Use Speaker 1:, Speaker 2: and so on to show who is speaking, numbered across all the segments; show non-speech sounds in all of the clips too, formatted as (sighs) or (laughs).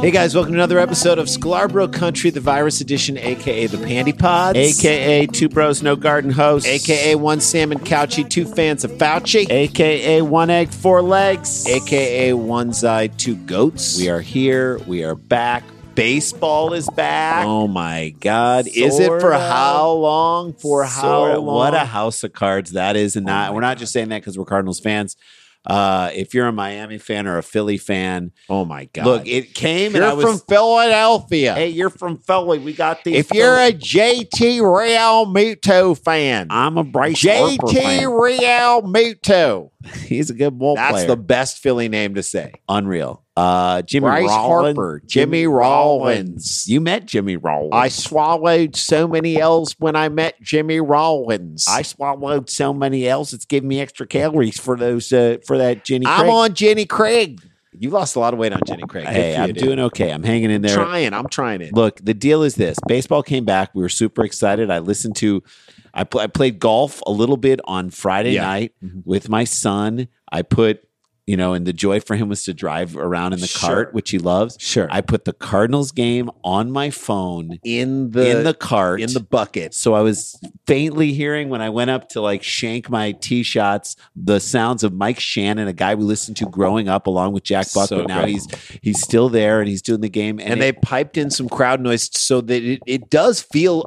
Speaker 1: Hey guys, welcome to another episode of Scarborough Country, the virus edition, aka the Pandy Pods,
Speaker 2: AKA Two Bros No Garden Host.
Speaker 1: aka one salmon couchy, two fans of Fauci,
Speaker 2: AKA One Egg Four Legs.
Speaker 1: aka one's eye, two goats.
Speaker 2: We are here. We are back. Baseball is back.
Speaker 1: Oh my God! is it for
Speaker 2: Sorta.
Speaker 1: how long? For how
Speaker 2: Sorta.
Speaker 1: long? Oh
Speaker 2: What a house of cards that is, and not
Speaker 1: my
Speaker 2: we're not just saying that because we're Cardinals fans. Uh, if you're a Miami fan or a Philly fan,
Speaker 1: oh my God!
Speaker 2: look, it came
Speaker 1: you're
Speaker 2: and I was.
Speaker 1: from Philadelphia.
Speaker 2: hey, you're from Philly. We got these.
Speaker 1: if you're
Speaker 2: Philly-
Speaker 1: a JT Real Muto fan,
Speaker 2: I'm a Bryce Harper
Speaker 1: JT
Speaker 2: fan.
Speaker 1: Real Muto.
Speaker 2: (laughs) He's a good ball
Speaker 1: That's
Speaker 2: player.
Speaker 1: the best Philly name to say.
Speaker 2: unreal. Uh, Jimmy
Speaker 1: Bryce
Speaker 2: Rollins,
Speaker 1: Harper, Jimmy Rollins.
Speaker 2: You met Jimmy Rollins.
Speaker 1: I swallowed so many L's when I met Jimmy Rollins.
Speaker 2: I swallowed so many L's. It's giving me extra calories for those uh, for that Jenny.
Speaker 1: I'm
Speaker 2: Craig.
Speaker 1: on Jenny Craig. You lost a lot of weight on Jenny Craig. Good
Speaker 2: Hey,
Speaker 1: for you,
Speaker 2: I'm
Speaker 1: dude.
Speaker 2: doing okay. I'm hanging in there.
Speaker 1: trying. I'm trying it.
Speaker 2: Look, the deal is this: baseball came back. We were super excited. I listened to, I, pl- I played golf a little bit on Friday
Speaker 1: Yeah.
Speaker 2: night with my son. I put, you know, and the joy for him was to drive around in the
Speaker 1: Sure.
Speaker 2: cart, which he loves.
Speaker 1: Sure.
Speaker 2: I put the Cardinals game on my phone
Speaker 1: in the
Speaker 2: in the cart
Speaker 1: in the bucket.
Speaker 2: so I was faintly hearing when I went up to like shank my tee shots the sounds of Mike Shannon, a guy we listened to growing up along with Jack Buck,
Speaker 1: So
Speaker 2: but now
Speaker 1: great.
Speaker 2: he's he's still there and he's doing the game. And,
Speaker 1: And
Speaker 2: it-
Speaker 1: they piped in some crowd noise so that it, it does feel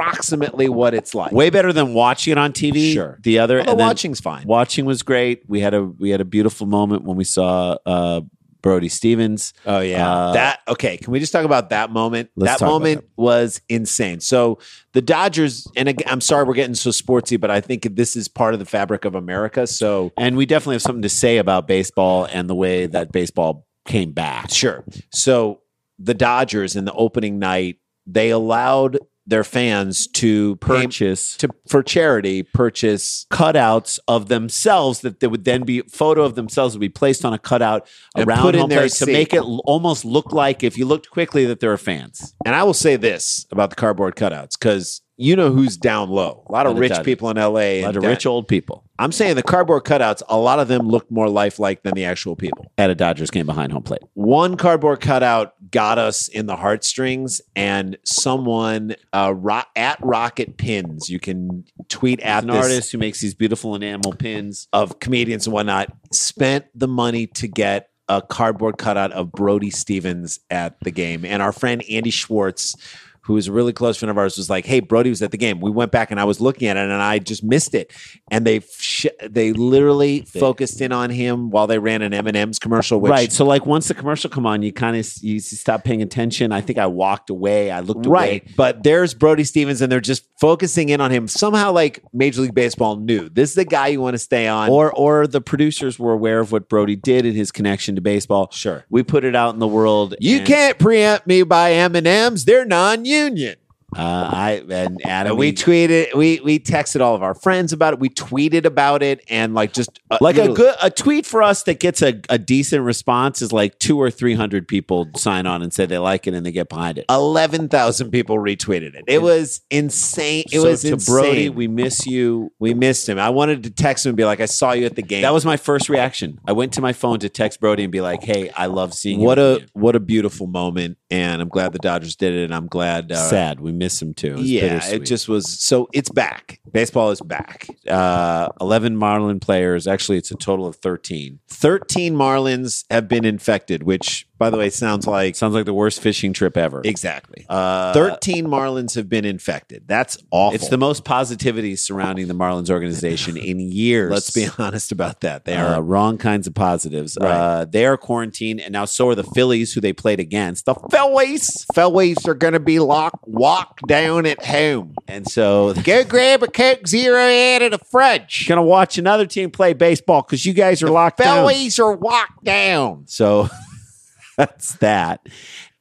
Speaker 1: approximately what it's like.
Speaker 2: way better than watching it on TV.
Speaker 1: Sure.
Speaker 2: the other
Speaker 1: Although
Speaker 2: and then
Speaker 1: watching's fine.
Speaker 2: watching was great. We had a we had a beautiful moment when we saw uh, Brody Stevens.
Speaker 1: Oh yeah.
Speaker 2: Uh,
Speaker 1: that okay, can we just talk about that moment?
Speaker 2: Let's
Speaker 1: That
Speaker 2: talk about
Speaker 1: moment was insane. So the Dodgers and ag- I'm sorry we're getting so sportsy, but I think this is part of the fabric of America. So
Speaker 2: And we definitely have something to say about baseball and the way that baseball came back.
Speaker 1: sure. So the Dodgers in the opening night, they allowed their fans to pay-
Speaker 2: Purchase
Speaker 1: to for charity purchase
Speaker 2: cutouts of themselves that there would then be photo of themselves would be placed on a cutout
Speaker 1: And
Speaker 2: around
Speaker 1: put in
Speaker 2: home
Speaker 1: their
Speaker 2: plate to
Speaker 1: seat.
Speaker 2: make it l- almost look like if you looked quickly that there are fans.
Speaker 1: And I will say this about the cardboard cutouts because you know who's down low. A lot
Speaker 2: Lot
Speaker 1: of
Speaker 2: of
Speaker 1: rich
Speaker 2: Dodgers.
Speaker 1: people in LA.
Speaker 2: A lot
Speaker 1: and
Speaker 2: of
Speaker 1: down-
Speaker 2: rich old people
Speaker 1: I'm saying the cardboard cutouts, a lot of them looked more lifelike than the actual people.
Speaker 2: at a Dodgers game behind home plate.
Speaker 1: one cardboard cutout got us in the heartstrings, and someone uh, ro- at Rocket Pins, you can tweet at
Speaker 2: An
Speaker 1: this
Speaker 2: artist who makes these beautiful enamel pins.
Speaker 1: of comedians and whatnot, spent the money to get a cardboard cutout of Brody Stevens at the game, and our friend Andy Schwartz. who is a really close friend of ours, was like, "Hey, Brody was at the game. We went back, and I was looking at it, and I just missed it." And they sh- they literally
Speaker 2: They-
Speaker 1: focused in on him while they ran an M and M's commercial, which
Speaker 2: right. So like once the commercial come on, you kind of you stop paying attention. I think I walked away. I looked
Speaker 1: Right.
Speaker 2: away.
Speaker 1: But there's Brody Stevens, and they're just focusing in on him. Somehow, like Major League Baseball knew this is the guy you want to stay on.
Speaker 2: Or or the producers were aware of what Brody did and his connection to baseball.
Speaker 1: sure.
Speaker 2: We put it out in the world.
Speaker 1: You
Speaker 2: and,
Speaker 1: can't preempt me by M and M's. They're non-union.
Speaker 2: Uh, I and Adam.
Speaker 1: And we tweeted, we we texted all of our friends about it. We tweeted about it, and like just uh,
Speaker 2: like a
Speaker 1: literally-
Speaker 2: good a tweet for us that gets a, a decent response is like two or three hundred people sign on and say they like it and they get behind it.
Speaker 1: eleven thousand people retweeted it. It was insane. It
Speaker 2: So
Speaker 1: was
Speaker 2: to
Speaker 1: insane.
Speaker 2: Brody. We miss you.
Speaker 1: we missed him. I wanted to text him and be like, "I saw you at the game."
Speaker 2: That was my first reaction. I went to my phone to text Brody and be like, "Hey, I love seeing you."
Speaker 1: what
Speaker 2: at the
Speaker 1: a
Speaker 2: game."
Speaker 1: what a beautiful moment, and I'm glad the Dodgers did it, and I'm glad. Uh,
Speaker 2: sad. We miss him too. It was
Speaker 1: yeah, it
Speaker 2: bittersweet.
Speaker 1: just was. So it's back. Baseball is back.
Speaker 2: uh, eleven Marlin players. Actually, it's a total of thirteen.
Speaker 1: Thirteen Marlins have been infected, which, by the way, sounds like
Speaker 2: It sounds like the worst fishing trip ever.
Speaker 1: exactly.
Speaker 2: Uh,
Speaker 1: Thirteen Marlins have been infected. That's awful.
Speaker 2: It's the most positivity surrounding the Marlins organization (laughs) in years.
Speaker 1: Let's be honest about that. They
Speaker 2: Uh,
Speaker 1: are
Speaker 2: wrong kinds of positives.
Speaker 1: Right.
Speaker 2: Uh, they are quarantined, and now so are the Phillies, who they played against. The Phillies,
Speaker 1: Felways are going to be locked, walked down at home.
Speaker 2: and so
Speaker 1: Go grab a Coke Zero out of the fridge.
Speaker 2: gonna watch another team play baseball because you guys are locked down.
Speaker 1: Felways are walked down.
Speaker 2: So (laughs) that's that,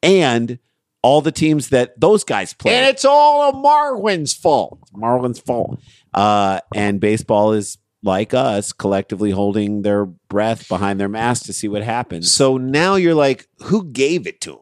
Speaker 2: and all the teams that those guys play.
Speaker 1: And it's all a Marwin's fault.
Speaker 2: Marlins' fault. Uh, and baseball is like us, collectively holding their breath behind their mask to see what happens.
Speaker 1: So now you're like, who gave it to him?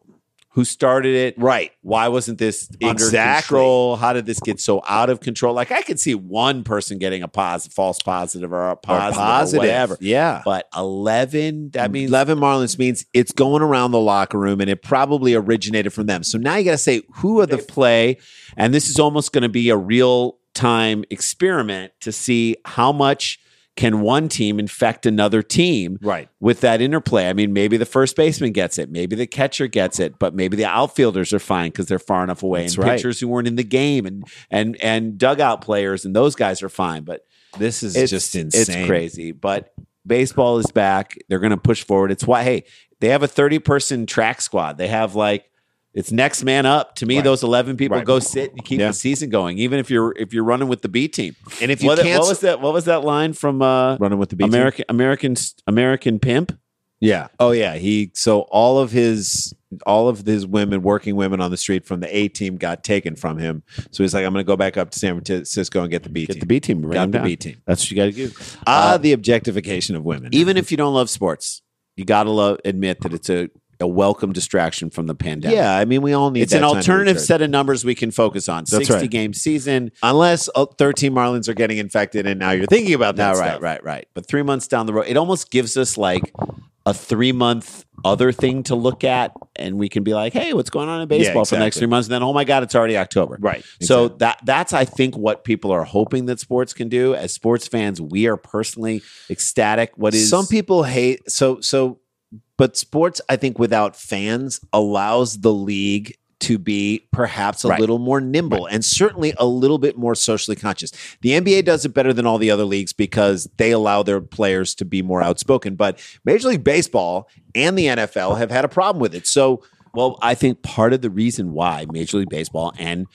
Speaker 2: who started it?
Speaker 1: Right.
Speaker 2: Why wasn't this under
Speaker 1: Exactly.
Speaker 2: control? How did this get so out of control? Like I could see one person getting a pos- false positive or a positive, or whatever.
Speaker 1: Yeah.
Speaker 2: but eleven.
Speaker 1: I
Speaker 2: That
Speaker 1: mean,
Speaker 2: means
Speaker 1: 11 Marlins means it's going around the locker room and it probably originated from them. So now you got to say, who are
Speaker 2: the
Speaker 1: the.
Speaker 2: play, and this is almost going to be a real time experiment to see how much can one team infect another team
Speaker 1: Right.
Speaker 2: with that interplay. I mean, maybe the first baseman gets it, maybe the catcher gets it, but maybe the outfielders are fine because they're far enough away.
Speaker 1: That's
Speaker 2: and
Speaker 1: right.
Speaker 2: pitchers who weren't in the game and and and dugout players and those guys are fine. But
Speaker 1: This is just insane.
Speaker 2: It's crazy. But baseball is back. They're gonna push forward. It's why hey, they have a 30 person track squad. They have like it's next man up. To me,
Speaker 1: Right.
Speaker 2: those 11 people
Speaker 1: Right.
Speaker 2: go sit and keep
Speaker 1: Yeah.
Speaker 2: the season going, even if you're if you're running with the B team.
Speaker 1: And if you
Speaker 2: what,
Speaker 1: cancel.
Speaker 2: what was that? What was that line from uh,
Speaker 1: running with the beat.
Speaker 2: American American American Pimp?
Speaker 1: Yeah. Oh yeah. He so all of his all of his women, working women on the street from the A team got taken from him. So he's like, I'm gonna go back up to San Francisco and get the B
Speaker 2: Get
Speaker 1: team.
Speaker 2: the B team. write
Speaker 1: got
Speaker 2: them
Speaker 1: the
Speaker 2: down.
Speaker 1: B team.
Speaker 2: That's what you got to do.
Speaker 1: Ah,
Speaker 2: Uh,
Speaker 1: the objectification of women.
Speaker 2: Even if you don't love sports, you got to love admit that it's a, a welcome distraction from the pandemic.
Speaker 1: yeah, I mean, we all need.
Speaker 2: It's
Speaker 1: that
Speaker 2: an
Speaker 1: time to
Speaker 2: alternative
Speaker 1: recharge.
Speaker 2: set of numbers we can focus on.
Speaker 1: That's
Speaker 2: 60
Speaker 1: right.
Speaker 2: game season.
Speaker 1: unless uh, 13 Marlins are getting infected, and now you're thinking about
Speaker 2: No,
Speaker 1: that.
Speaker 2: right,
Speaker 1: stuff.
Speaker 2: right, right. But three months down the road, it almost gives us like a three month other thing to look at. And we can be like, hey, what's going on in baseball for the next
Speaker 1: exactly.
Speaker 2: three months? And then, oh my God, it's already October.
Speaker 1: right.
Speaker 2: So
Speaker 1: Exactly.
Speaker 2: that that's I think what people are hoping that sports can do. As sports fans, we are personally ecstatic. What is
Speaker 1: some people hate so so but sports i think without fans allows the league to be perhaps a
Speaker 2: Right.
Speaker 1: little more nimble and certainly a little bit more socially conscious. The NBA does it better than all the other leagues because they allow their players to be more outspoken. But Major League Baseball and the NFL have had a problem with it. So
Speaker 2: Well, I think part of the reason why Major League Baseball and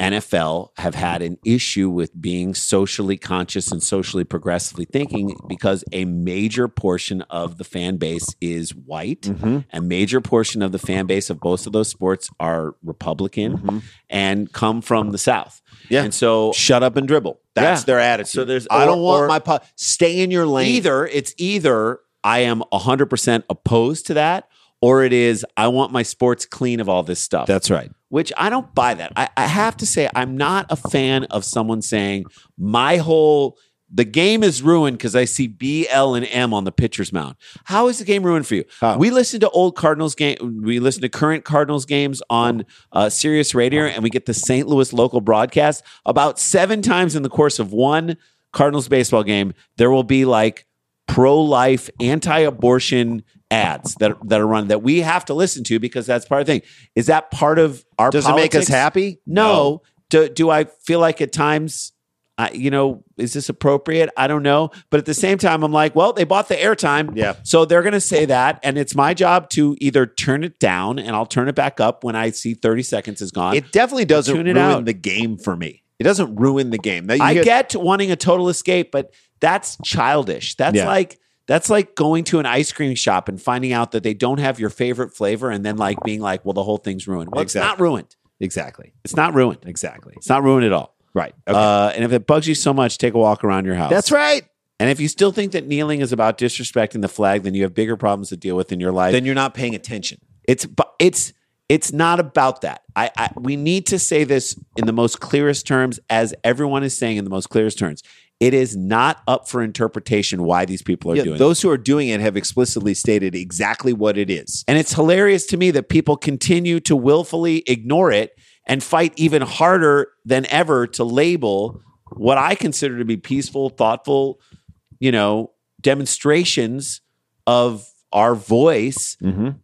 Speaker 2: NFL have had an issue with being socially conscious and socially progressively thinking because a major portion of the fan base is white.
Speaker 1: Mm-hmm.
Speaker 2: A major portion of the fan base of both of those sports are Republican and come from the South.
Speaker 1: Mm-hmm. Yeah.
Speaker 2: And so
Speaker 1: shut up and dribble. That's
Speaker 2: Yeah.
Speaker 1: their attitude.
Speaker 2: So there's-
Speaker 1: I don't
Speaker 2: or-
Speaker 1: want
Speaker 2: or-
Speaker 1: my po- stay in your lane.
Speaker 2: either it's either I am 100% opposed to that or it is I want my sports clean of all this stuff.
Speaker 1: That's right.
Speaker 2: which I don't buy that. I, I have to say, I'm not a fan of someone saying, my whole the game is ruined because I see B, L, and M on the pitcher's mound. How is the game ruined for you?
Speaker 1: How?
Speaker 2: We listen to old Cardinals game. We listen to current Cardinals games on uh, Sirius Radio, and we get the St. Louis local broadcast about seven times in the course of one Cardinals baseball game. There will be like pro-life, anti-abortion ads that are, that are run that we have to listen to because that's part of the thing. Is that part of our?
Speaker 1: Does it make us
Speaker 2: politics?
Speaker 1: happy?
Speaker 2: No. Do, do I feel like at times, I, you know, is this appropriate? I don't know. But at the same time, I'm like, well, they bought the airtime.
Speaker 1: Yeah.
Speaker 2: So they're going to say that. And it's my job to either turn it down and I'll turn it back up when I see 30 seconds is gone.
Speaker 1: It definitely doesn't
Speaker 2: Tune it
Speaker 1: ruin
Speaker 2: out.
Speaker 1: the game for me. It doesn't ruin the game. That you
Speaker 2: I
Speaker 1: get-
Speaker 2: get wanting a total escape, but that's childish. That's
Speaker 1: Yeah.
Speaker 2: like that's like going to an ice cream shop and finding out that they don't have your favorite flavor and then like being like, well, the whole thing's ruined. Well, it's not
Speaker 1: Exactly.
Speaker 2: ruined.
Speaker 1: exactly,
Speaker 2: It's not ruined.
Speaker 1: exactly.
Speaker 2: It's not ruined at all.
Speaker 1: Right. Okay.
Speaker 2: Uh, and if it bugs you so much, take a walk around your house.
Speaker 1: That's right.
Speaker 2: And if you still think that kneeling is about disrespecting the flag, then you have bigger problems to deal with in your life.
Speaker 1: Then you're not paying attention.
Speaker 2: It's but it's it's not about that. I, I we need to say this in the most clearest terms, as everyone is saying in the most clearest terms. It is not up for interpretation why these people are
Speaker 1: Yeah,
Speaker 2: doing
Speaker 1: those who are doing it have explicitly stated exactly what it is.
Speaker 2: And it's hilarious to me that people continue to willfully ignore it and fight even harder than ever to label what I consider to be peaceful, thoughtful, you know, demonstrations of our voice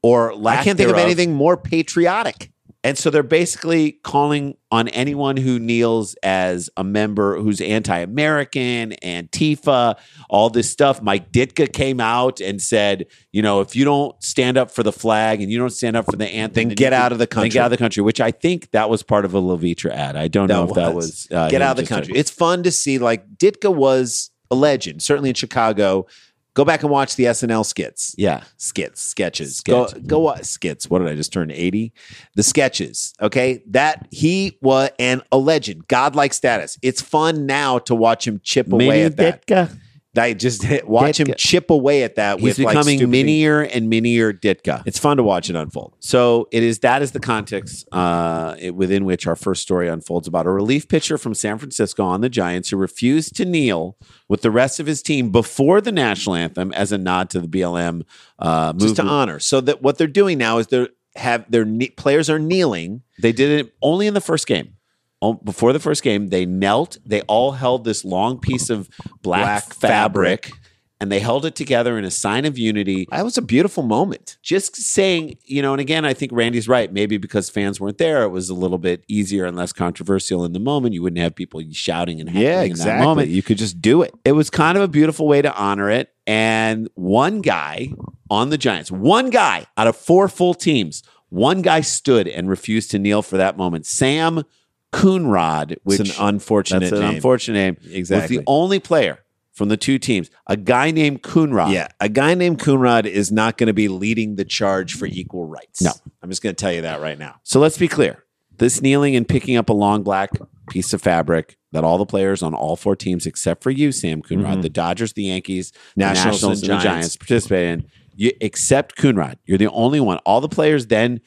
Speaker 2: or lack
Speaker 1: Mm-hmm. I can't think of
Speaker 2: thereof.
Speaker 1: anything more patriotic.
Speaker 2: And so they're basically calling on anyone who kneels as a member who's anti-American, Antifa, all this stuff. Mike Ditka came out and said, you know, if you don't stand up for the flag and you don't stand up for the anthem,
Speaker 1: Then get
Speaker 2: you-
Speaker 1: out of the
Speaker 2: Then
Speaker 1: country.
Speaker 2: get out of the country. Which I think that was part of a Levitra ad. I don't know if that was uh,
Speaker 1: get
Speaker 2: him
Speaker 1: out of the
Speaker 2: just
Speaker 1: country.
Speaker 2: saying-
Speaker 1: It's fun to see. Like Ditka was a legend, certainly in Chicago. Go back and watch the SNL skits.
Speaker 2: yeah,
Speaker 1: skits, sketches.
Speaker 2: Sketch.
Speaker 1: Go, go wa- skits. What did I just turn eighty? The sketches. Okay, that he was an a legend, godlike status. It's fun now to watch him chip away at that.
Speaker 2: Ditka.
Speaker 1: I just (laughs) watch him
Speaker 2: Ditka.
Speaker 1: chip away at that.
Speaker 2: He's
Speaker 1: with like,
Speaker 2: becoming
Speaker 1: stupid things.
Speaker 2: minier and minier Ditka.
Speaker 1: It's fun to watch it unfold.
Speaker 2: So it is that is the context uh, it- within which our first story unfolds about a relief pitcher from San Francisco on the Giants who refused to kneel with the rest of his team before the national anthem as a nod to the BLM uh, movement.
Speaker 1: Just to honor. So that what they're doing now is they're have their kne- players are kneeling.
Speaker 2: They did it only in the first game. Oh, Before the first game, they knelt. They all held this long piece of black,
Speaker 1: Black
Speaker 2: fabric,
Speaker 1: fabric.
Speaker 2: and they held it together in a sign of unity.
Speaker 1: That was a beautiful moment.
Speaker 2: just saying, you know, and again, I think Randy's right. Maybe because fans weren't there, it was a little bit easier and less controversial in the moment. You wouldn't have people shouting and heckling in that moment.
Speaker 1: You could just do it.
Speaker 2: It was kind of a beautiful way to honor it. And one guy on the Giants, one guy out of four full teams, one guy stood and refused to kneel for that moment. Sam Coonrod, which
Speaker 1: it's an unfortunate
Speaker 2: that's an
Speaker 1: name.
Speaker 2: unfortunate name,
Speaker 1: Exactly.
Speaker 2: was the only player from the two teams, a guy named Coonrod.
Speaker 1: yeah, a guy named Coonrod is not going to be leading the charge for equal rights.
Speaker 2: No.
Speaker 1: I'm just going to tell you that right now.
Speaker 2: So let's be clear. This kneeling and picking up a long black piece of fabric that all the players on all four teams, except for you, Sam Coonrod,
Speaker 1: Mm-hmm.
Speaker 2: the Dodgers, the Yankees, the Nationals,
Speaker 1: Nationals
Speaker 2: and,
Speaker 1: and
Speaker 2: the Giants,
Speaker 1: Giants.
Speaker 2: participated in, you, except Coonrod. You're the only one. All the players then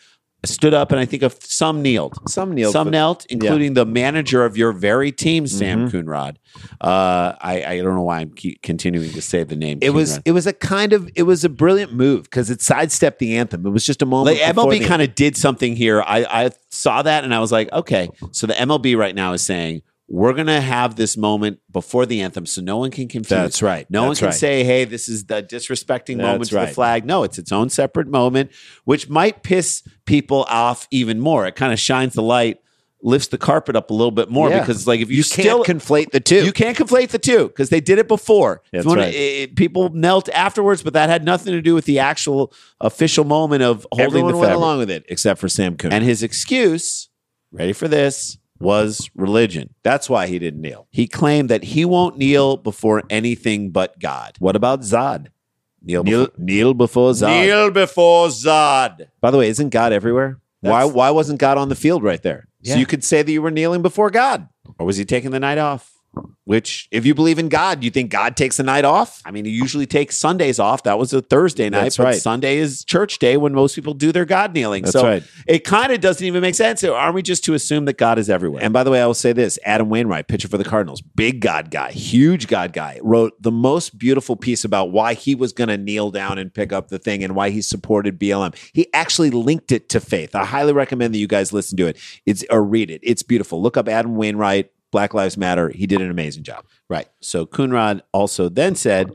Speaker 2: stood up, and I think of some kneeled.
Speaker 1: Some kneel.
Speaker 2: Some
Speaker 1: but-
Speaker 2: knelt, including the manager of your very team,
Speaker 1: Mm-hmm.
Speaker 2: Sam Coonrod. Uh, I, I don't know why I'm keep continuing to say the name.
Speaker 1: It was
Speaker 2: Coonrod.
Speaker 1: it was a kind of it was a brilliant move because it sidestepped the anthem. It was just a moment.
Speaker 2: Like
Speaker 1: before
Speaker 2: MLB
Speaker 1: the-
Speaker 2: kind of did something here. I, I saw that and I was like, okay. So the MLB right now is saying we're gonna have this moment before the anthem, so no one can confuse.
Speaker 1: That's right.
Speaker 2: No one
Speaker 1: That's
Speaker 2: can
Speaker 1: right.
Speaker 2: say, "Hey, this is the disrespecting moment
Speaker 1: That's
Speaker 2: to the
Speaker 1: right.
Speaker 2: flag." No, it's its own separate moment, which might piss people off even more. It kind of shines the light, lifts the carpet up a little bit more
Speaker 1: Yeah.
Speaker 2: because, like, if you,
Speaker 1: you
Speaker 2: still
Speaker 1: can't conflate the two.
Speaker 2: you can't conflate the two because they did it before. If
Speaker 1: That's
Speaker 2: you wanna-
Speaker 1: right.
Speaker 2: i- i- people knelt afterwards, but that had nothing to do with the actual official moment of holding
Speaker 1: Everyone
Speaker 2: the
Speaker 1: went
Speaker 2: fabric.
Speaker 1: along with it except for Sam Coonrod.
Speaker 2: And his excuse, ready for this, was religion.
Speaker 1: That's why he didn't kneel.
Speaker 2: He claimed that he won't kneel before anything but God.
Speaker 1: What about Zod?
Speaker 2: Kneel,
Speaker 1: Kneel, kneel before
Speaker 2: before,
Speaker 1: Zod.
Speaker 2: kneel before Zod.
Speaker 1: By the way, isn't God everywhere? why
Speaker 2: That's-
Speaker 1: why wasn't God on the field right there?
Speaker 2: Yeah.
Speaker 1: So you could say that you were kneeling before God.
Speaker 2: Or was he taking the night off? Which,
Speaker 1: If you believe in God, you think God takes the night off?
Speaker 2: I mean, he usually takes Sundays off. That was a Thursday night,
Speaker 1: That's
Speaker 2: but
Speaker 1: right.
Speaker 2: Sunday is church day when most people do their God kneeling.
Speaker 1: That's
Speaker 2: so
Speaker 1: right.
Speaker 2: it kind of doesn't even make sense. Aren't we just to assume that God is everywhere?
Speaker 1: And by the way, I will say this Adam Wainwright, pitcher for the Cardinals, big God guy, huge God guy, wrote the most beautiful piece about why he was going to kneel down and pick up the thing and why he supported BLM. He actually linked it to faith. I highly recommend that you guys listen to it It's or read it. It's beautiful. Look up Adam Wainwright, Black Lives Matter. He did an amazing job.
Speaker 2: Right. So Coonrod also then said,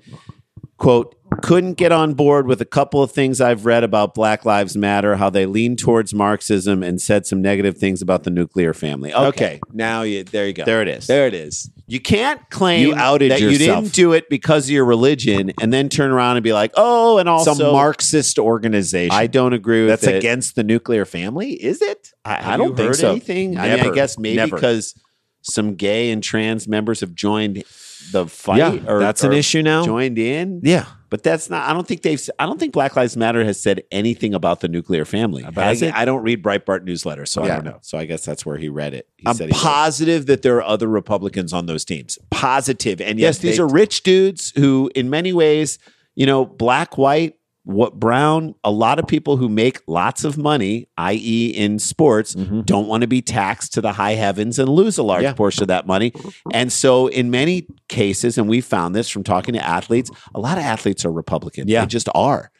Speaker 2: quote, couldn't get on board with a couple of things I've read about Black Lives Matter, how they lean towards Marxism and said some negative things about the nuclear family. Okay,
Speaker 1: Okay. Now you there you go.
Speaker 2: there it is.
Speaker 1: There it is.
Speaker 2: You can't claim
Speaker 1: You outed
Speaker 2: that you
Speaker 1: yourself.
Speaker 2: didn't do it because of your religion, and then turn around and be like, "Oh, and also
Speaker 1: Some Marxist organization.
Speaker 2: I don't agree with
Speaker 1: that's
Speaker 2: it.
Speaker 1: against the nuclear family, is it? Have
Speaker 2: I don't
Speaker 1: you
Speaker 2: think
Speaker 1: heard
Speaker 2: so.
Speaker 1: Anything?
Speaker 2: I mean, I
Speaker 1: Never.
Speaker 2: guess maybe
Speaker 1: Never.
Speaker 2: because some gay and trans members have joined the fight,
Speaker 1: yeah,
Speaker 2: or
Speaker 1: that's an
Speaker 2: or
Speaker 1: issue now.
Speaker 2: Joined in,
Speaker 1: Yeah,
Speaker 2: But that's not. I don't think they've. I don't think Black Lives Matter has said anything about the nuclear family.
Speaker 1: but
Speaker 2: Has
Speaker 1: I,
Speaker 2: it?
Speaker 1: I don't read Breitbart newsletter, so I
Speaker 2: Yeah.
Speaker 1: don't know.
Speaker 2: So I guess that's where he read it. He
Speaker 1: I'm
Speaker 2: said he read it.
Speaker 1: positive that there are other Republicans on those teams. Positive, and
Speaker 2: yes, these
Speaker 1: they-
Speaker 2: are rich dudes who, in many ways, you know, black, white, what brown. A lot of people who make lots of money, i.e., in sports,
Speaker 1: Mhm.
Speaker 2: don't want to be taxed to the high heavens and lose a large
Speaker 1: Yeah.
Speaker 2: portion of that money. And so, in many cases, and we found this from talking to athletes, a lot of athletes are Republicans.
Speaker 1: Yeah.
Speaker 2: They just are.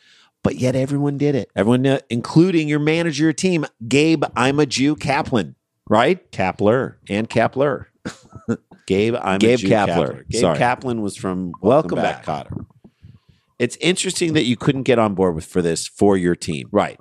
Speaker 2: But yet, everyone did it.
Speaker 1: everyone, uh, including your manager, your team, Gabe. I'm a Jew, Kaplan, right?
Speaker 2: Kapler.
Speaker 1: And Kapler.
Speaker 2: Gabe, I'm
Speaker 1: Gabe
Speaker 2: a Jew
Speaker 1: Kapler.
Speaker 2: Gabe
Speaker 1: Sorry.
Speaker 2: Kaplan was from
Speaker 1: Welcome Back.
Speaker 2: Cotter. It's interesting that you couldn't get on board with for this for your team,
Speaker 1: Right.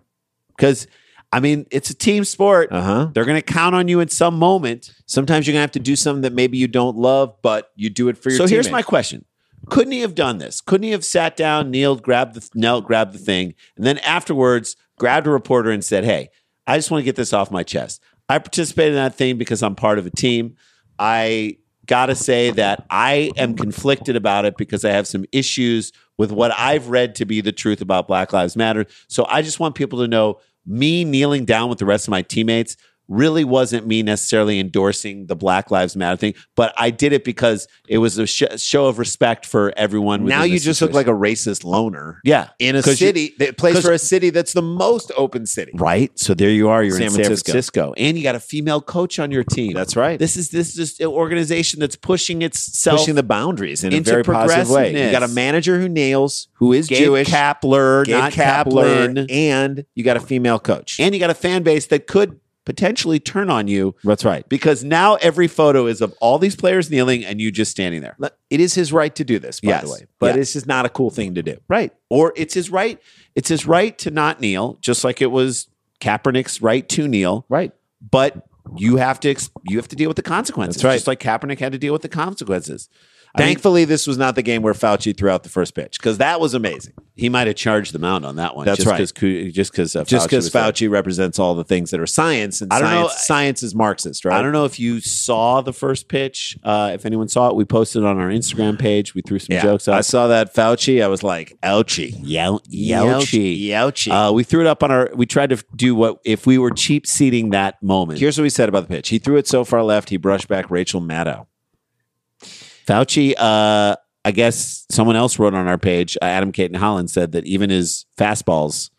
Speaker 2: Because I mean, it's a team sport.
Speaker 1: Uh huh.
Speaker 2: They're going to count on you in some moment.
Speaker 1: Sometimes you're gonna have to do something that maybe you don't love, but you do it for your.
Speaker 2: So here's
Speaker 1: teammate.
Speaker 2: my question: Couldn't he have done this? Couldn't he have sat down, kneeled, grabbed the knelt, grabbed the thing, and then afterwards grabbed a reporter and said, "Hey, I just want to get this off my chest. I participated in that thing because I'm part of a team. I got to say that I am conflicted about it because I have some issues with what I've read to be the truth about Black Lives Matter. So I just want people to know me kneeling down with the rest of my teammates really wasn't me necessarily endorsing the Black Lives Matter thing, but I did it because it was a sh- show of respect for everyone.
Speaker 1: Now you just look like a racist loner
Speaker 2: yeah.
Speaker 1: in a
Speaker 2: 'Cause you-
Speaker 1: city that plays
Speaker 2: 'cause-
Speaker 1: for a city that's the most open city.
Speaker 2: Right. So there you are. You're
Speaker 1: San
Speaker 2: in San
Speaker 1: Francisco.
Speaker 2: Francisco. and you got a female coach on your team.
Speaker 1: That's right.
Speaker 2: This is this is an organization that's pushing itself.
Speaker 1: pushing the boundaries in a
Speaker 2: into
Speaker 1: very positive way. You
Speaker 2: progressiveness.
Speaker 1: got a manager who nails, who is
Speaker 2: Gabe
Speaker 1: Jewish,
Speaker 2: Kapler,
Speaker 1: Gabe
Speaker 2: not
Speaker 1: Kaplan,
Speaker 2: Kaplan,
Speaker 1: and you got a female coach.
Speaker 2: and you got a fan base that could potentially turn on you
Speaker 1: That's right.
Speaker 2: because now every photo is of all these players kneeling and you just standing there.
Speaker 1: Le- It is his right to do this, by
Speaker 2: Yes.
Speaker 1: the way, but
Speaker 2: Yes.
Speaker 1: it's just not a cool thing to do.
Speaker 2: Right. Or it's his right. It's his right to not kneel, just like it was Kaepernick's right to kneel.
Speaker 1: Right.
Speaker 2: But you have to ex- you have to deal with the consequences.
Speaker 1: That's right.
Speaker 2: Just like Kaepernick had to deal with the consequences. I mean,
Speaker 1: Thankfully, this was not the game where Fauci threw out the first pitch because that was amazing.
Speaker 2: he might have charged the mound on that one.
Speaker 1: That's
Speaker 2: just
Speaker 1: right.
Speaker 2: 'cause Ku- just because uh,
Speaker 1: Just because
Speaker 2: was there.
Speaker 1: Fauci represents all the things that are science, and
Speaker 2: I don't
Speaker 1: science,
Speaker 2: know-
Speaker 1: science is Marxist, right?
Speaker 2: I don't know if you saw the first pitch. Uh, if anyone saw it, we posted it on our Instagram page. We threw some
Speaker 1: Yeah.
Speaker 2: jokes up.
Speaker 1: I saw that Fauci. I was like, ouchie,
Speaker 2: Yel-
Speaker 1: ouchie.
Speaker 2: Uh, we threw it up on our. We tried to do what if we were cheap seating that moment.
Speaker 1: Here's what he said about the pitch. He threw it so far left, he brushed back Rachel Maddow.
Speaker 2: Fauci, uh, I guess someone else wrote on our page, uh, Adam Caton Holland said that even his fastballs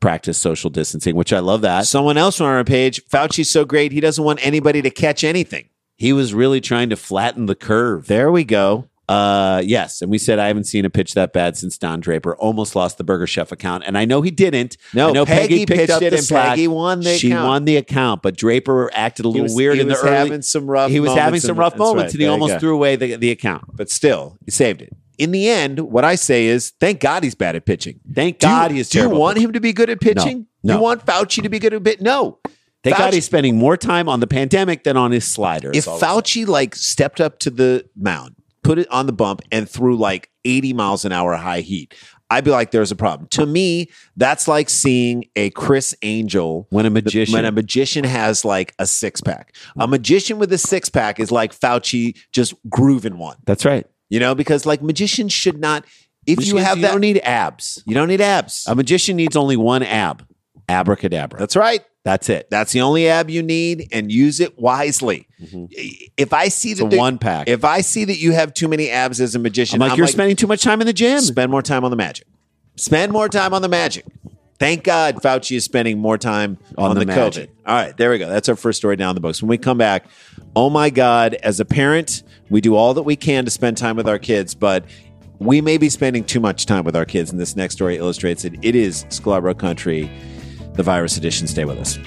Speaker 2: practice social distancing, which I love that.
Speaker 1: Someone else on our page, Fauci's so great, he doesn't want anybody to catch anything.
Speaker 2: He was really trying to flatten the curve.
Speaker 1: There we go.
Speaker 2: Uh, yes. And we said, I haven't seen a pitch that bad since Don Draper almost lost the Burger Chef account. And I know he didn't.
Speaker 1: No,
Speaker 2: I know
Speaker 1: Peggy,
Speaker 2: picked
Speaker 1: pitched
Speaker 2: up
Speaker 1: it
Speaker 2: the
Speaker 1: and
Speaker 2: slack.
Speaker 1: Peggy won the
Speaker 2: she
Speaker 1: account.
Speaker 2: won the account, but Draper acted a
Speaker 1: He
Speaker 2: little
Speaker 1: was-
Speaker 2: weird
Speaker 1: he
Speaker 2: in the
Speaker 1: was
Speaker 2: early.
Speaker 1: having some rough
Speaker 2: he was having
Speaker 1: moments
Speaker 2: some
Speaker 1: in-
Speaker 2: rough
Speaker 1: that's
Speaker 2: moments,
Speaker 1: right.
Speaker 2: and he
Speaker 1: There you
Speaker 2: almost
Speaker 1: go.
Speaker 2: threw away the, the account.
Speaker 1: But still, he saved it. In the end, what I say is, thank God he's bad at pitching.
Speaker 2: Thank
Speaker 1: Do you-
Speaker 2: God he is
Speaker 1: Do you
Speaker 2: terrible.
Speaker 1: want him to be good at pitching?
Speaker 2: No.
Speaker 1: You want Fauci to be good at pitching? No.
Speaker 2: Thank God
Speaker 1: Fauci-
Speaker 2: he's spending more time on the pandemic than on his slider. is
Speaker 1: if
Speaker 2: all I'm
Speaker 1: Fauci
Speaker 2: saying.
Speaker 1: like stepped up to the mound, put it on the bump, and threw like 80 miles an hour high heat, I'd be like, there's a problem. To me, that's like seeing a Chris Angel
Speaker 2: when a magician,
Speaker 1: when a magician has like a six pack. A magician with a six pack is like Fauci just grooving one,
Speaker 2: that's right.
Speaker 1: you know, because like magicians should not, if you have that,
Speaker 2: you don't need abs.
Speaker 1: you don't need abs.
Speaker 2: A magician needs only one ab, abracadabra.
Speaker 1: That's right.
Speaker 2: That's it.
Speaker 1: That's the only ab you need and use it wisely. If I see
Speaker 2: Mm-hmm. It's a
Speaker 1: that there-
Speaker 2: one pack.
Speaker 1: If I see that you have too many abs as a
Speaker 2: I'm
Speaker 1: magician,
Speaker 2: like,
Speaker 1: I'm
Speaker 2: you're
Speaker 1: like,
Speaker 2: spending too much time in the gym.
Speaker 1: spend more time on the magic. Spend more time on the magic. Thank God Fauci is spending more time on,
Speaker 2: On
Speaker 1: the,
Speaker 2: the
Speaker 1: COVID.
Speaker 2: magic.
Speaker 1: All right, there we go. That's our first story down the books. When we come back, oh my God, as a parent, we do all that we can to spend time with our kids, but we may be spending too much time with our kids. And this next story illustrates it. It is Scarborough Country, the virus edition. Stay with us.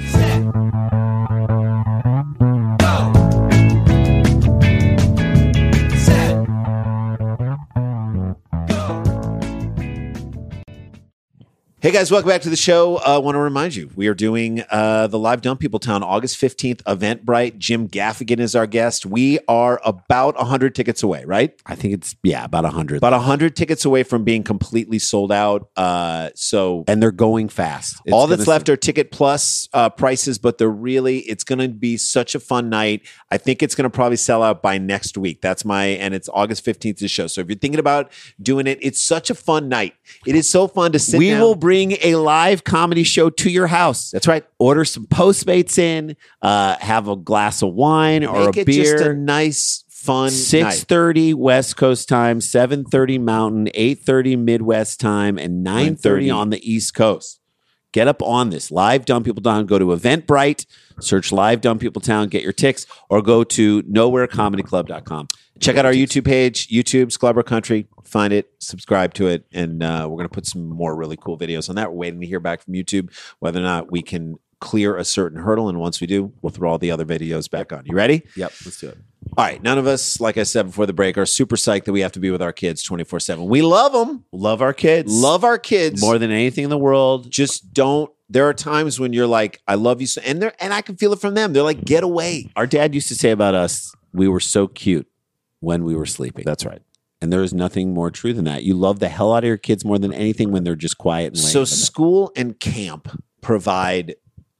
Speaker 1: Hey guys, welcome back to the show. I uh, want to remind you, we are doing uh, the live Dumb People Town August 15th, Eventbrite. Jim Gaffigan is our guest. We are about 100 tickets away, right?
Speaker 2: I think it's, yeah, about 100.
Speaker 1: About 100 tickets away from being completely sold out. Uh, so
Speaker 2: and they're going fast. It's
Speaker 1: all that's
Speaker 2: gonna-
Speaker 1: left are ticket plus uh, prices, but they're really, it's going to be such a fun night. I think it's going to probably sell out by next week. That's my, and it's August 15th, the show. So if you're thinking about doing it, it's such a fun night. It is so fun to sit
Speaker 2: We
Speaker 1: down.
Speaker 2: will bring a live comedy show to your house.
Speaker 1: That's right.
Speaker 2: Order some Postmates in, uh, have a glass of wine or
Speaker 1: Make
Speaker 2: a
Speaker 1: it
Speaker 2: beer.
Speaker 1: just a nice, fun
Speaker 2: Six
Speaker 1: night.
Speaker 2: thirty West Coast time, seven thirty Mountain, eight thirty Midwest time, and nine thirty
Speaker 1: 9:30.
Speaker 2: on the East Coast. Get up on this live Dumb People Town. Go to Eventbrite, search live Dumb People Town, get your ticks, or go to nowherecomedyclub.com.
Speaker 1: Check out our YouTube page, YouTube's Clubber Country. Find it, subscribe to it, and uh, we're going to put some more really cool videos on that. We're waiting to hear back from YouTube whether or not we can clear a certain hurdle. And once we do, we'll throw all the other videos back on. You ready?
Speaker 2: Yep, let's do it.
Speaker 1: All right. None of us, like I said before the break, are super psyched that we have to be with our kids 24 7. We love them,
Speaker 2: Love our kids.
Speaker 1: love our kids
Speaker 2: more than anything in the world.
Speaker 1: just don't. There are times when you're like, I love you so, and they're and I can feel it from them. They're like, get away.
Speaker 2: Our dad used to say about us, we were so cute when we were sleeping.
Speaker 1: That's right.
Speaker 2: And there is nothing more true than that. You love the hell out of your kids more than anything when they're just quiet and
Speaker 1: So
Speaker 2: laying in bed.
Speaker 1: school and camp provide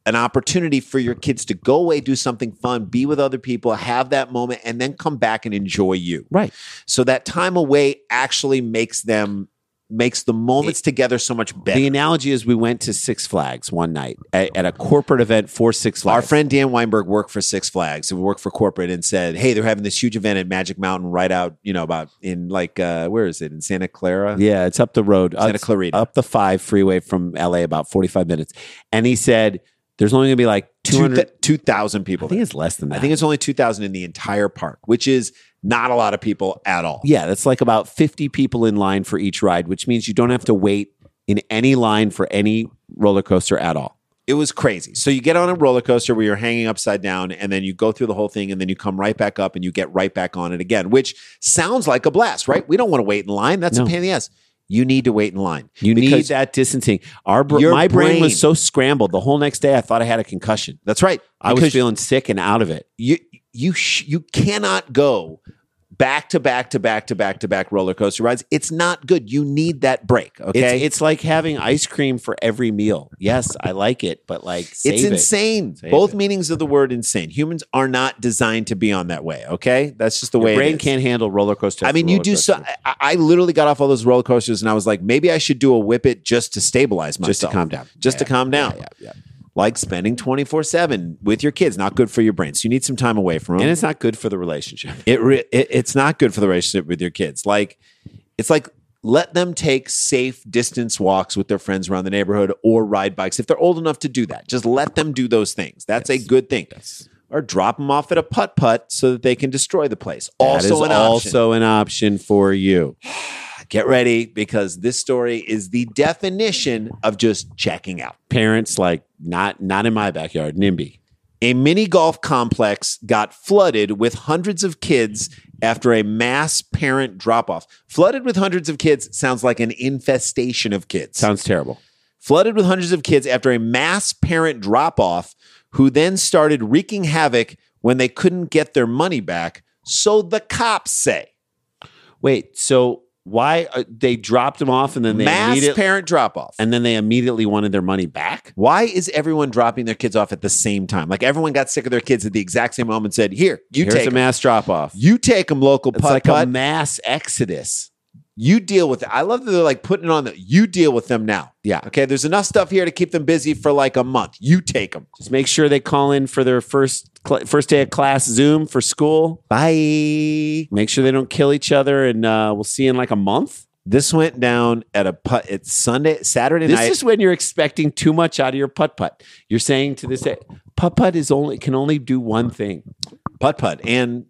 Speaker 1: an opportunity for your kids to go away, do something fun, be with other people, have that moment, and then come back and enjoy you.
Speaker 2: Right.
Speaker 1: So that time away actually makes them makes the moments together so much better.
Speaker 2: The analogy is we went to Six Flags one night at, at a corporate event for Six Flags.
Speaker 1: Our friend Dan Weinberg worked for Six Flags and worked for corporate and said, "Hey, they're having this huge event at Magic Mountain right out, you know, about in like uh where is it in Santa Clara?
Speaker 2: Yeah, it's up the road.
Speaker 1: Santa
Speaker 2: It's
Speaker 1: Clarita.
Speaker 2: Up the five freeway from LA, about 45 minutes. And he said, there's only going to be like 200.
Speaker 1: 2,000 people.
Speaker 2: I think it's less than that.
Speaker 1: I think it's only 2,000 in the entire park, which is not a lot of people at all.
Speaker 2: yeah, that's like about 50 people in line for each ride, which means you don't have to wait in any line for any roller coaster at all.
Speaker 1: It was crazy. So you get on a roller coaster where you're hanging upside down and then you go through the whole thing and then you come right back up and you get right back on it again, which sounds like a blast, right? We don't want to wait in line. That's
Speaker 2: No.
Speaker 1: a pain in the ass. You need to wait in line.
Speaker 2: You need
Speaker 1: Because-
Speaker 2: that distancing. Our br-
Speaker 1: Your
Speaker 2: my brain,
Speaker 1: brain-
Speaker 2: was so scrambled the whole next day. I thought I had a concussion.
Speaker 1: That's right.
Speaker 2: I was
Speaker 1: Because
Speaker 2: feeling sick and out of it.
Speaker 1: you you sh- you cannot go back to back to back to back to back roller coaster rides. It's not good. You need that break. Okay.
Speaker 2: It's, it's like having ice cream for every meal. Yes, I like it, but like save
Speaker 1: It's
Speaker 2: it.
Speaker 1: insane.
Speaker 2: Save
Speaker 1: Both
Speaker 2: it.
Speaker 1: meanings of the word insane. Humans are not designed to be on that way. Okay, that's just the
Speaker 2: Your
Speaker 1: way. it
Speaker 2: brain
Speaker 1: is.
Speaker 2: can't handle roller coaster.
Speaker 1: I
Speaker 2: after
Speaker 1: mean, you
Speaker 2: roller
Speaker 1: do so.
Speaker 2: coaster.
Speaker 1: I, I literally got off all those roller coasters, and I was like, maybe I should do a whip it just to stabilize myself,
Speaker 2: Just to calm down.
Speaker 1: just to calm down.
Speaker 2: Yeah, yeah.
Speaker 1: Like spending twenty four seven with your kids, not good for your brain. So you need some time away from them.
Speaker 2: And it's not good for
Speaker 1: (laughs)
Speaker 2: the relationship.
Speaker 1: It, re- it it's not good for the relationship with your kids. Like it's like let them take safe distance walks with their friends around the neighborhood or ride bikes if they're old enough to do that. Just let them do those things. That's
Speaker 2: Yes.
Speaker 1: a good thing.
Speaker 2: Yes.
Speaker 1: Or drop them off at a putt putt so that they can destroy the place.
Speaker 2: That is
Speaker 1: Also an option.
Speaker 2: also an option for you.
Speaker 1: Get ready because this story is the definition of just checking out.
Speaker 2: Parents like not not in my backyard. NIMBY.
Speaker 1: A mini golf complex got flooded with hundreds of kids after a mass parent drop off. Flooded with hundreds of kids sounds like an infestation of kids.
Speaker 2: Sounds terrible.
Speaker 1: flooded with hundreds of kids after a mass parent drop off, who then started wreaking havoc when they couldn't get their money back. So the cops say
Speaker 2: Wait. So why uh, they dropped them off and then they
Speaker 1: mass
Speaker 2: immediate-
Speaker 1: parent drop off.
Speaker 2: and then they immediately wanted their money back?
Speaker 1: Why is everyone dropping their kids off at the same time? Like everyone got sick of their kids at the exact same moment and said, "Here, you
Speaker 2: Here's
Speaker 1: take
Speaker 2: a
Speaker 1: 'em.
Speaker 2: mass drop off.
Speaker 1: you take them, local
Speaker 2: It's
Speaker 1: putt
Speaker 2: like
Speaker 1: putt.
Speaker 2: a mass exodus.
Speaker 1: you deal with it." I love that they're like putting it on the. You deal with them now.
Speaker 2: Yeah.
Speaker 1: Okay. There's enough stuff here to keep them busy for like a month. You take them.
Speaker 2: Just make sure they call in for their first cl- first day of class Zoom for school.
Speaker 1: Bye.
Speaker 2: Make sure they don't kill each other, and uh, we'll see you in like a month.
Speaker 1: This went down at a putt. It's Sunday, Saturday
Speaker 2: this
Speaker 1: night.
Speaker 2: is when you're expecting too much out of your putt putt. You're saying to this putt putt is only can only do one thing.
Speaker 1: putt putt and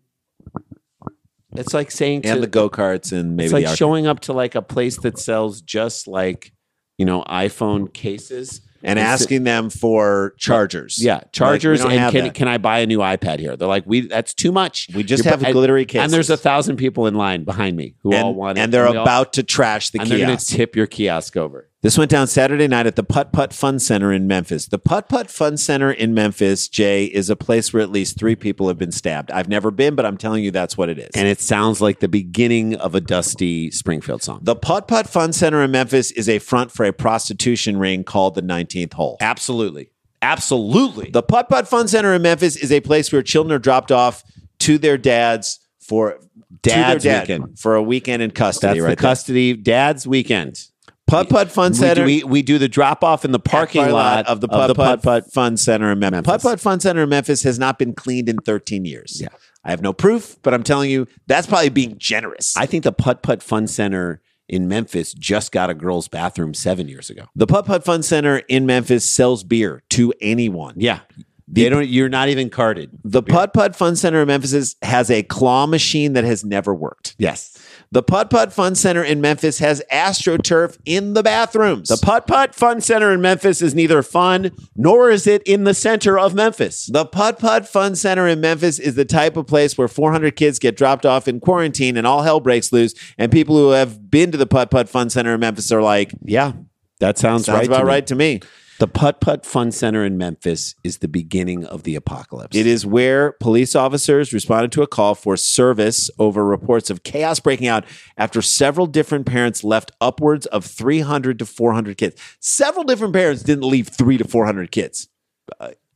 Speaker 2: It's like saying to
Speaker 1: and the go karts and maybe
Speaker 2: it's
Speaker 1: the
Speaker 2: like
Speaker 1: arc-
Speaker 2: showing up to like a place that sells just like you know iPhone cases.
Speaker 1: and
Speaker 2: it's-
Speaker 1: asking them for chargers.
Speaker 2: Yeah, chargers
Speaker 1: don't
Speaker 2: and
Speaker 1: have
Speaker 2: can,
Speaker 1: that.
Speaker 2: can I buy a new iPad here? They're like we that's too much.
Speaker 1: We just
Speaker 2: Your
Speaker 1: have
Speaker 2: pa-
Speaker 1: a glittery case.
Speaker 2: And there's a thousand people in line behind me who all
Speaker 1: and,
Speaker 2: want it.
Speaker 1: and they're
Speaker 2: they all-
Speaker 1: about to trash the
Speaker 2: and they're going to
Speaker 1: kiosk.
Speaker 2: tip your kiosk over.
Speaker 1: This went down Saturday night at the Putt Putt Fun Center in Memphis. The Putt Putt Fun Center in Memphis, Jay, is a place where at least three people have been stabbed. I've never been, but I'm telling you that's what it is. And it sounds like the beginning of a Dusty Springfield song. The Putt Putt Fun Center in Memphis is a front for a prostitution ring called the 19th Hole.
Speaker 2: Absolutely. Absolutely.
Speaker 1: The Putt Putt Fun Center in Memphis is a place where children are dropped off to their dads for
Speaker 2: Dad's
Speaker 1: to their
Speaker 2: weekend.
Speaker 1: for a weekend in
Speaker 2: That's
Speaker 1: custody.
Speaker 2: the
Speaker 1: right, there.
Speaker 2: custody dad's weekend.
Speaker 1: Putt Putt Fun
Speaker 2: We do,
Speaker 1: Center.
Speaker 2: we, we do the drop off in the parking
Speaker 1: parking
Speaker 2: lot
Speaker 1: of the Putt Putt Fun Center in Memphis. Putt
Speaker 2: Memphis.
Speaker 1: Putt Fun Center in Memphis has not been cleaned in 13 years.
Speaker 2: Yeah.
Speaker 1: I have no proof, but I'm telling you that's probably being generous.
Speaker 2: I think the Putt Putt Fun Center in Memphis just got a girls' bathroom seven years ago.
Speaker 1: the Putt Putt Fun Center in Memphis sells beer to anyone.
Speaker 2: Yeah, they don't. You're not even carded.
Speaker 1: The Putt Putt Fun Center in Memphis is- has a claw machine that has never worked.
Speaker 2: Yes,
Speaker 1: The Putt Putt Fun Center in Memphis has AstroTurf in the bathrooms.
Speaker 2: the Putt Putt Fun Center in Memphis is neither fun nor is it in the center of Memphis.
Speaker 1: The Putt Putt Fun Center in Memphis is the type of place where 400 kids get dropped off in quarantine and all hell breaks loose. And people who have been to the Putt Putt Fun Center in Memphis are like,
Speaker 2: Yeah, that sounds,
Speaker 1: sounds
Speaker 2: right
Speaker 1: about
Speaker 2: to me.
Speaker 1: right to me.
Speaker 2: The Putt Putt Fun Center in Memphis is the beginning of the apocalypse.
Speaker 1: It is where police officers responded to a call for service over reports of chaos breaking out after several different parents left upwards of 300 to 400 kids. Several different parents didn't leave three to 400 kids.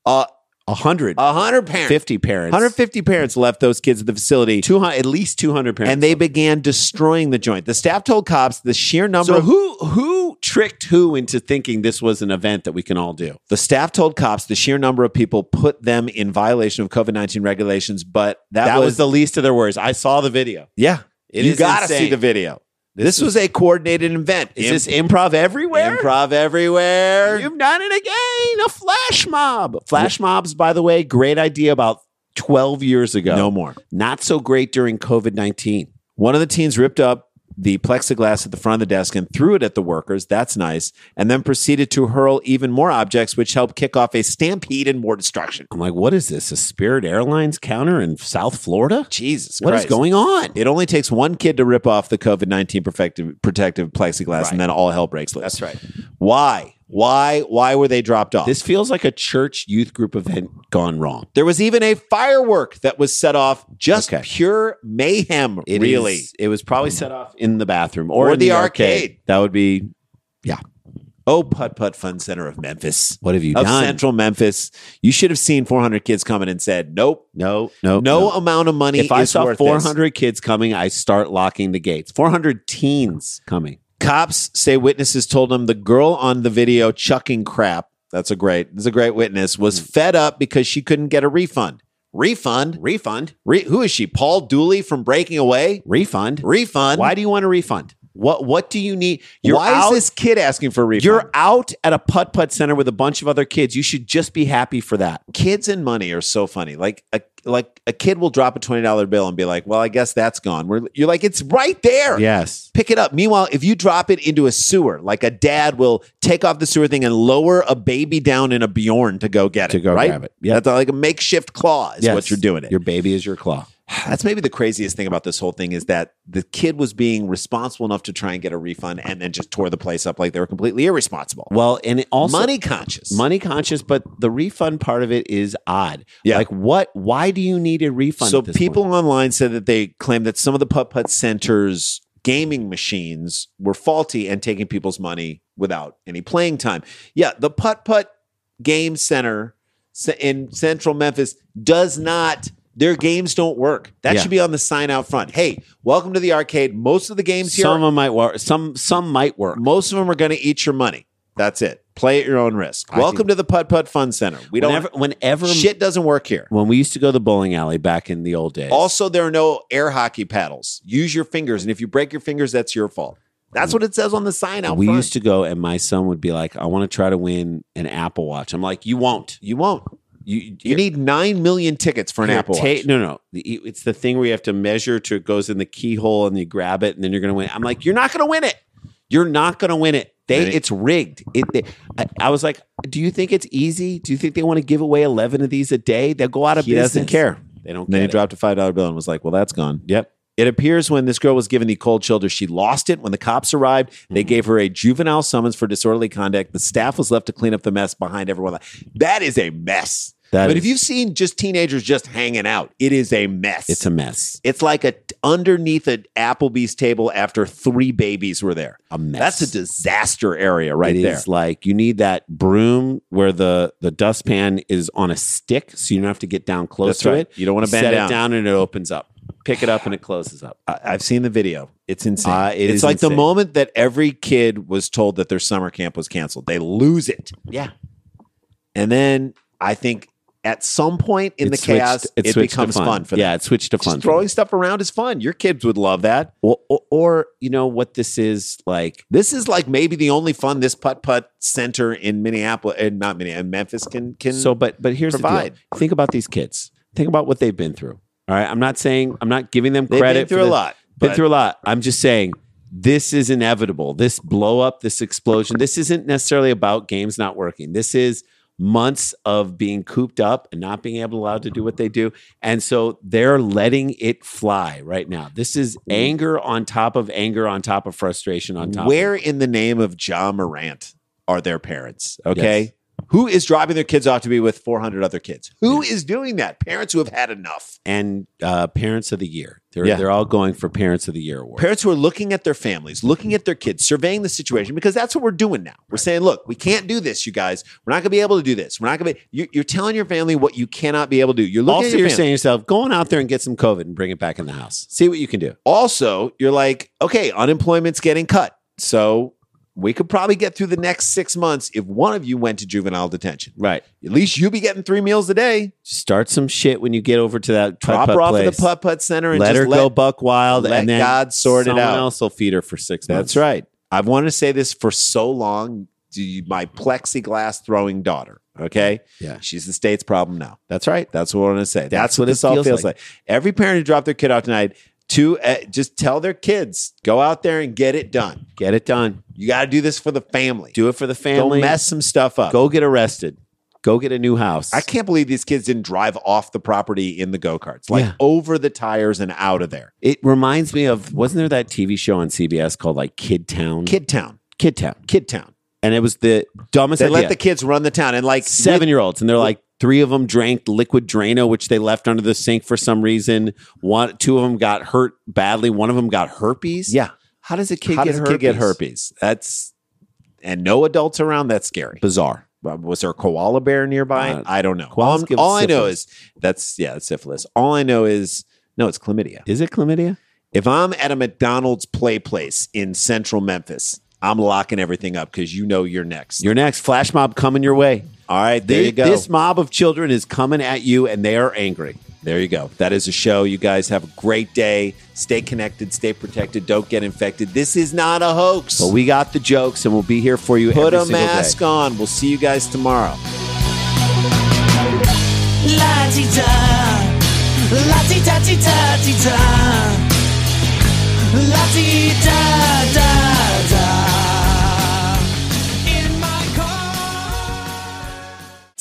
Speaker 1: Uh,
Speaker 2: a hundred,
Speaker 1: 100 parents.
Speaker 2: fifty parents,
Speaker 1: 150 parents left those kids at the facility.
Speaker 2: two hundred, at least two hundred parents.
Speaker 1: and they began destroying the joint. The staff told cops the sheer number.
Speaker 2: so
Speaker 1: of-
Speaker 2: who who tricked who into thinking this was an event that we can all do?
Speaker 1: the staff told cops the sheer number of people put them in violation of COVID nineteen regulations. But that,
Speaker 2: That, was,
Speaker 1: was,
Speaker 2: the least of their worries. I saw the video.
Speaker 1: yeah.
Speaker 2: It
Speaker 1: you
Speaker 2: is
Speaker 1: gotta
Speaker 2: insane.
Speaker 1: see the video. This, was a coordinated event.
Speaker 2: Is
Speaker 1: Im-
Speaker 2: this improv everywhere?
Speaker 1: improv everywhere?
Speaker 2: You've done it again. A flash mob. Flash mobs, by the way, great idea about 12 years ago.
Speaker 1: No more.
Speaker 2: Not so great during COVID 19.
Speaker 1: One of the teens ripped up the plexiglass at the front of the desk and threw it at the workers. That's nice. And then proceeded to hurl even more objects, which helped kick off a stampede and more destruction.
Speaker 2: I'm like, what is this? A Spirit Airlines counter in South Florida?
Speaker 1: Jesus,
Speaker 2: What is
Speaker 1: Christ.
Speaker 2: going on?
Speaker 1: It only takes one kid to rip off the COVID 19 protective, protective plexiglass,
Speaker 2: Right.
Speaker 1: and then all hell breaks loose.
Speaker 2: right.
Speaker 1: Why? Why? Why were they dropped off?
Speaker 2: This feels like a church youth group event gone wrong.
Speaker 1: there was even a firework that was set off. Just
Speaker 2: Okay.
Speaker 1: pure mayhem,
Speaker 2: It
Speaker 1: really.
Speaker 2: is- it was probably set off in the bathroom or,
Speaker 1: Or
Speaker 2: in
Speaker 1: the
Speaker 2: the, arcade.
Speaker 1: arcade.
Speaker 2: That would be, yeah.
Speaker 1: Oh, Putt Putt Fun Center of Memphis.
Speaker 2: What have you
Speaker 1: Of
Speaker 2: done?
Speaker 1: Central Memphis. You should have seen 400 kids coming and said, nope,
Speaker 2: no, no,
Speaker 1: no, amount of money
Speaker 2: If I
Speaker 1: is
Speaker 2: saw
Speaker 1: worth this.
Speaker 2: 400 kids coming, I start locking the gates. 400 teens coming.
Speaker 1: Cops say witnesses told them the girl on the video chucking crap. That's a great. That's a great witness. Was
Speaker 2: Mm.
Speaker 1: fed up because she couldn't get a refund. Refund.
Speaker 2: Refund.
Speaker 1: Re- who is she? Paul Dooley from Breaking Away.
Speaker 2: Refund.
Speaker 1: Refund.
Speaker 2: Why do you want a refund? What What do you need? You're
Speaker 1: Why
Speaker 2: out,
Speaker 1: is this kid asking for a refund?
Speaker 2: You're out at a putt putt center with a bunch of other kids. You should just be happy for that.
Speaker 1: kids and money are so funny. Like a like a kid will drop a twenty dollar bill and be like, "Well, I guess that's gone." We're, you're like, "It's right there."
Speaker 2: Yes.
Speaker 1: Pick it up. Meanwhile, if you drop it into a sewer, like a dad will take off the sewer thing and lower a baby down in a Bjorn to go get it.
Speaker 2: To go
Speaker 1: right?
Speaker 2: grab it. Yeah.
Speaker 1: That's like a makeshift claw is
Speaker 2: Yes.
Speaker 1: what you're doing it.
Speaker 2: Your baby is your claw.
Speaker 1: (sighs) That's maybe the craziest thing about this whole thing is that the kid was being responsible enough to try and get a refund and then just tore the place up like they were completely irresponsible.
Speaker 2: Well, and it also
Speaker 1: money conscious.
Speaker 2: money conscious, but the refund part of it is odd.
Speaker 1: Yeah.
Speaker 2: Like what? Why do you need a refund?
Speaker 1: So
Speaker 2: at this
Speaker 1: people
Speaker 2: point?
Speaker 1: online said that they claimed that some of the putt putt centers gaming machines were faulty and taking people's money without any playing time. Yeah, the putt putt game center ce- in central Memphis does not their games don't work. That
Speaker 2: Yeah.
Speaker 1: should be on the sign out front. Hey, welcome to the arcade. Most of the games here
Speaker 2: some of 'em might work. Some some might work.
Speaker 1: most of them are going to eat your money. That's it. Play at your own risk.
Speaker 2: I
Speaker 1: welcome to the putt putt fun center. We don't
Speaker 2: whenever, whenever
Speaker 1: shit doesn't work here.
Speaker 2: when we used to go to the bowling alley back in the old days.
Speaker 1: Also, there are no air hockey paddles. Use your fingers, and if you break your fingers, that's your fault. That's what it says on the sign out.
Speaker 2: we
Speaker 1: front.
Speaker 2: used to go and my son would be like, I want to try to win an Apple Watch. I'm like, you won't.
Speaker 1: You won't.
Speaker 2: You,
Speaker 1: You need nine million tickets for an
Speaker 2: Here,
Speaker 1: Apple
Speaker 2: ta-
Speaker 1: Watch.
Speaker 2: No, no. The- e, It's the thing where you have to measure to it goes in the keyhole and you grab it and then you're going to win. I'm like, you're not going to win it. You're not going to win it. They,
Speaker 1: Right.
Speaker 2: it's rigged. It, they- I, I was like, do you think it's easy? Do you think they want to give away 11 of these a day? They'll go out of
Speaker 1: He
Speaker 2: business.
Speaker 1: doesn't care.
Speaker 2: They don't
Speaker 1: And then
Speaker 2: care.
Speaker 1: he dropped a five dollar bill and was like, "Well, that's gone."
Speaker 2: Yep.
Speaker 1: It appears when this girl was given the cold shoulder, she lost it. When the cops arrived,
Speaker 2: Mm-hmm.
Speaker 1: they gave her a juvenile summons for disorderly conduct. The staff was left to clean up the mess behind everyone. That is a mess.
Speaker 2: That
Speaker 1: but
Speaker 2: is-
Speaker 1: if you've seen just teenagers just hanging out, it is a mess.
Speaker 2: It's a mess.
Speaker 1: It's like a underneath an Applebee's table after three babies were there.
Speaker 2: A mess.
Speaker 1: That's a disaster area right
Speaker 2: It
Speaker 1: there.
Speaker 2: is like you need that broom where the the dustpan is on a stick, so you don't have to get down close
Speaker 1: That's
Speaker 2: to
Speaker 1: right.
Speaker 2: it.
Speaker 1: You don't want to bend
Speaker 2: Set
Speaker 1: down.
Speaker 2: it down and it opens up. Pick it up and it closes up.
Speaker 1: I- I've seen the video.
Speaker 2: It's insane.
Speaker 1: Uh,
Speaker 2: It
Speaker 1: it's
Speaker 2: is
Speaker 1: like the
Speaker 2: insane.
Speaker 1: moment that every kid was told that their summer camp was canceled. They lose it.
Speaker 2: Yeah.
Speaker 1: And then I think at some point in
Speaker 2: It
Speaker 1: the
Speaker 2: switched-
Speaker 1: chaos, it,
Speaker 2: switched to
Speaker 1: becomes fun. for them.
Speaker 2: yeah, it switched to
Speaker 1: Just
Speaker 2: fun. for
Speaker 1: throwing stuff around is fun. Your kids would love that.
Speaker 2: them. or, or, or, you know what this is like.
Speaker 1: This is like maybe the only fun this putt putt center in Minneapolis and not Minneapolis, Memphis can can
Speaker 2: So, but but here's
Speaker 1: provide.
Speaker 2: the deal. Think about these kids. Think about what they've been through. All right, I'm not saying I'm not giving them
Speaker 1: they've
Speaker 2: credit
Speaker 1: been through
Speaker 2: for
Speaker 1: a
Speaker 2: this.
Speaker 1: lot.
Speaker 2: Been
Speaker 1: but-
Speaker 2: through a lot. I'm just saying this is inevitable. This blow up, this explosion. This isn't necessarily about games not working. This is months of being cooped up and not being able allowed to do what they do. And so they're letting it fly right now. This is anger on top of anger on top of frustration on top.
Speaker 1: Where
Speaker 2: of,
Speaker 1: in the name of John Morant are their parents? Okay.
Speaker 2: Yes.
Speaker 1: Who is dropping their kids off to be with 400 other kids? Who is doing that? Parents who have had enough.
Speaker 2: and uh, parents of the year. They're
Speaker 1: Yeah.
Speaker 2: they're all going for parents of the year award.
Speaker 1: Parents who are looking at their families, looking at their kids, surveying the situation, because that's what we're doing now. We're saying, look, we can't do this, you guys. We're not going to be able to do this. We're not going to be, you're, you're telling your family what you cannot be able to do. You're looking
Speaker 2: also,
Speaker 1: at your
Speaker 2: you're
Speaker 1: family.
Speaker 2: saying to yourself, go on out there and get some COVID and bring it back in the house. See what you can do.
Speaker 1: also, you're like, okay, unemployment's getting cut. So we could probably get through the next six months if one of you went to juvenile detention.
Speaker 2: Right.
Speaker 1: At least you'll be getting three meals a day.
Speaker 2: Start some shit when you get over to that
Speaker 1: drop
Speaker 2: putt-putt
Speaker 1: her off at
Speaker 2: place.
Speaker 1: the putt putt center and
Speaker 2: Let
Speaker 1: just
Speaker 2: her
Speaker 1: let,
Speaker 2: go buck wild,
Speaker 1: let
Speaker 2: and then
Speaker 1: God sort it
Speaker 2: someone
Speaker 1: out.
Speaker 2: Else will feed her for six months.
Speaker 1: That's right. I've wanted to say this for so long. Do you- my plexiglass throwing daughter. Okay.
Speaker 2: Yeah.
Speaker 1: She's the state's problem now. That's right. That's what I want to say. That's,
Speaker 2: what
Speaker 1: what,
Speaker 2: it
Speaker 1: this all
Speaker 2: feels
Speaker 1: feels, like. Every parent who dropped their kid off tonight, to uh, just tell their kids, go out there and get it done.
Speaker 2: Get it done.
Speaker 1: You got to do this for the family.
Speaker 2: Do it for the
Speaker 1: Don't
Speaker 2: family.
Speaker 1: mess some stuff up.
Speaker 2: Go get arrested. Go get a new house.
Speaker 1: I can't believe these kids didn't drive off the property in the go karts, like
Speaker 2: Yeah.
Speaker 1: over the tires and out of there.
Speaker 2: It reminds me of wasn't there that TV show on CBS called like Kid Town?
Speaker 1: Kid Town,
Speaker 2: Kid Town.
Speaker 1: Kid Town.
Speaker 2: And it was the dumbest.
Speaker 1: They
Speaker 2: idea.
Speaker 1: let the kids run the town and like
Speaker 2: seven year olds, and they're like three of them drank liquid Drano, which they left under the sink for some reason. One, two of them got hurt badly. One of them got herpes.
Speaker 1: Yeah.
Speaker 2: How does a kid,
Speaker 1: How
Speaker 2: get,
Speaker 1: does a
Speaker 2: herpes?
Speaker 1: kid get herpes? That's and no adults around. That's scary. Uh,
Speaker 2: Bizarre.
Speaker 1: Was there a koala bear nearby?
Speaker 2: Uh,
Speaker 1: I don't know.
Speaker 2: koalas
Speaker 1: All, I'm-
Speaker 2: give
Speaker 1: all I know
Speaker 2: syphilis.
Speaker 1: is that's yeah, that's syphilis. All I know is no, it's chlamydia.
Speaker 2: Is it chlamydia?
Speaker 1: If I'm at a McDonald's play place in Central Memphis, I'm locking everything up because you know you're next.
Speaker 2: Your next flash mob coming your way.
Speaker 1: all right, there
Speaker 2: Thi-
Speaker 1: you go.
Speaker 2: This mob of children is coming at you, and they are angry.
Speaker 1: There you go. That is a show. You guys have a great day. Stay connected. Stay protected. Don't get infected. This is not a hoax.
Speaker 2: But we got the jokes, and we'll be here for you.
Speaker 1: Put
Speaker 2: every
Speaker 1: a
Speaker 2: single day.
Speaker 1: mask on. We'll see you guys tomorrow.
Speaker 3: La-ti-da, la-ti-da-ti-da-ti-da, la-ti-da-da-da. In my car.
Speaker 4: (clears throat)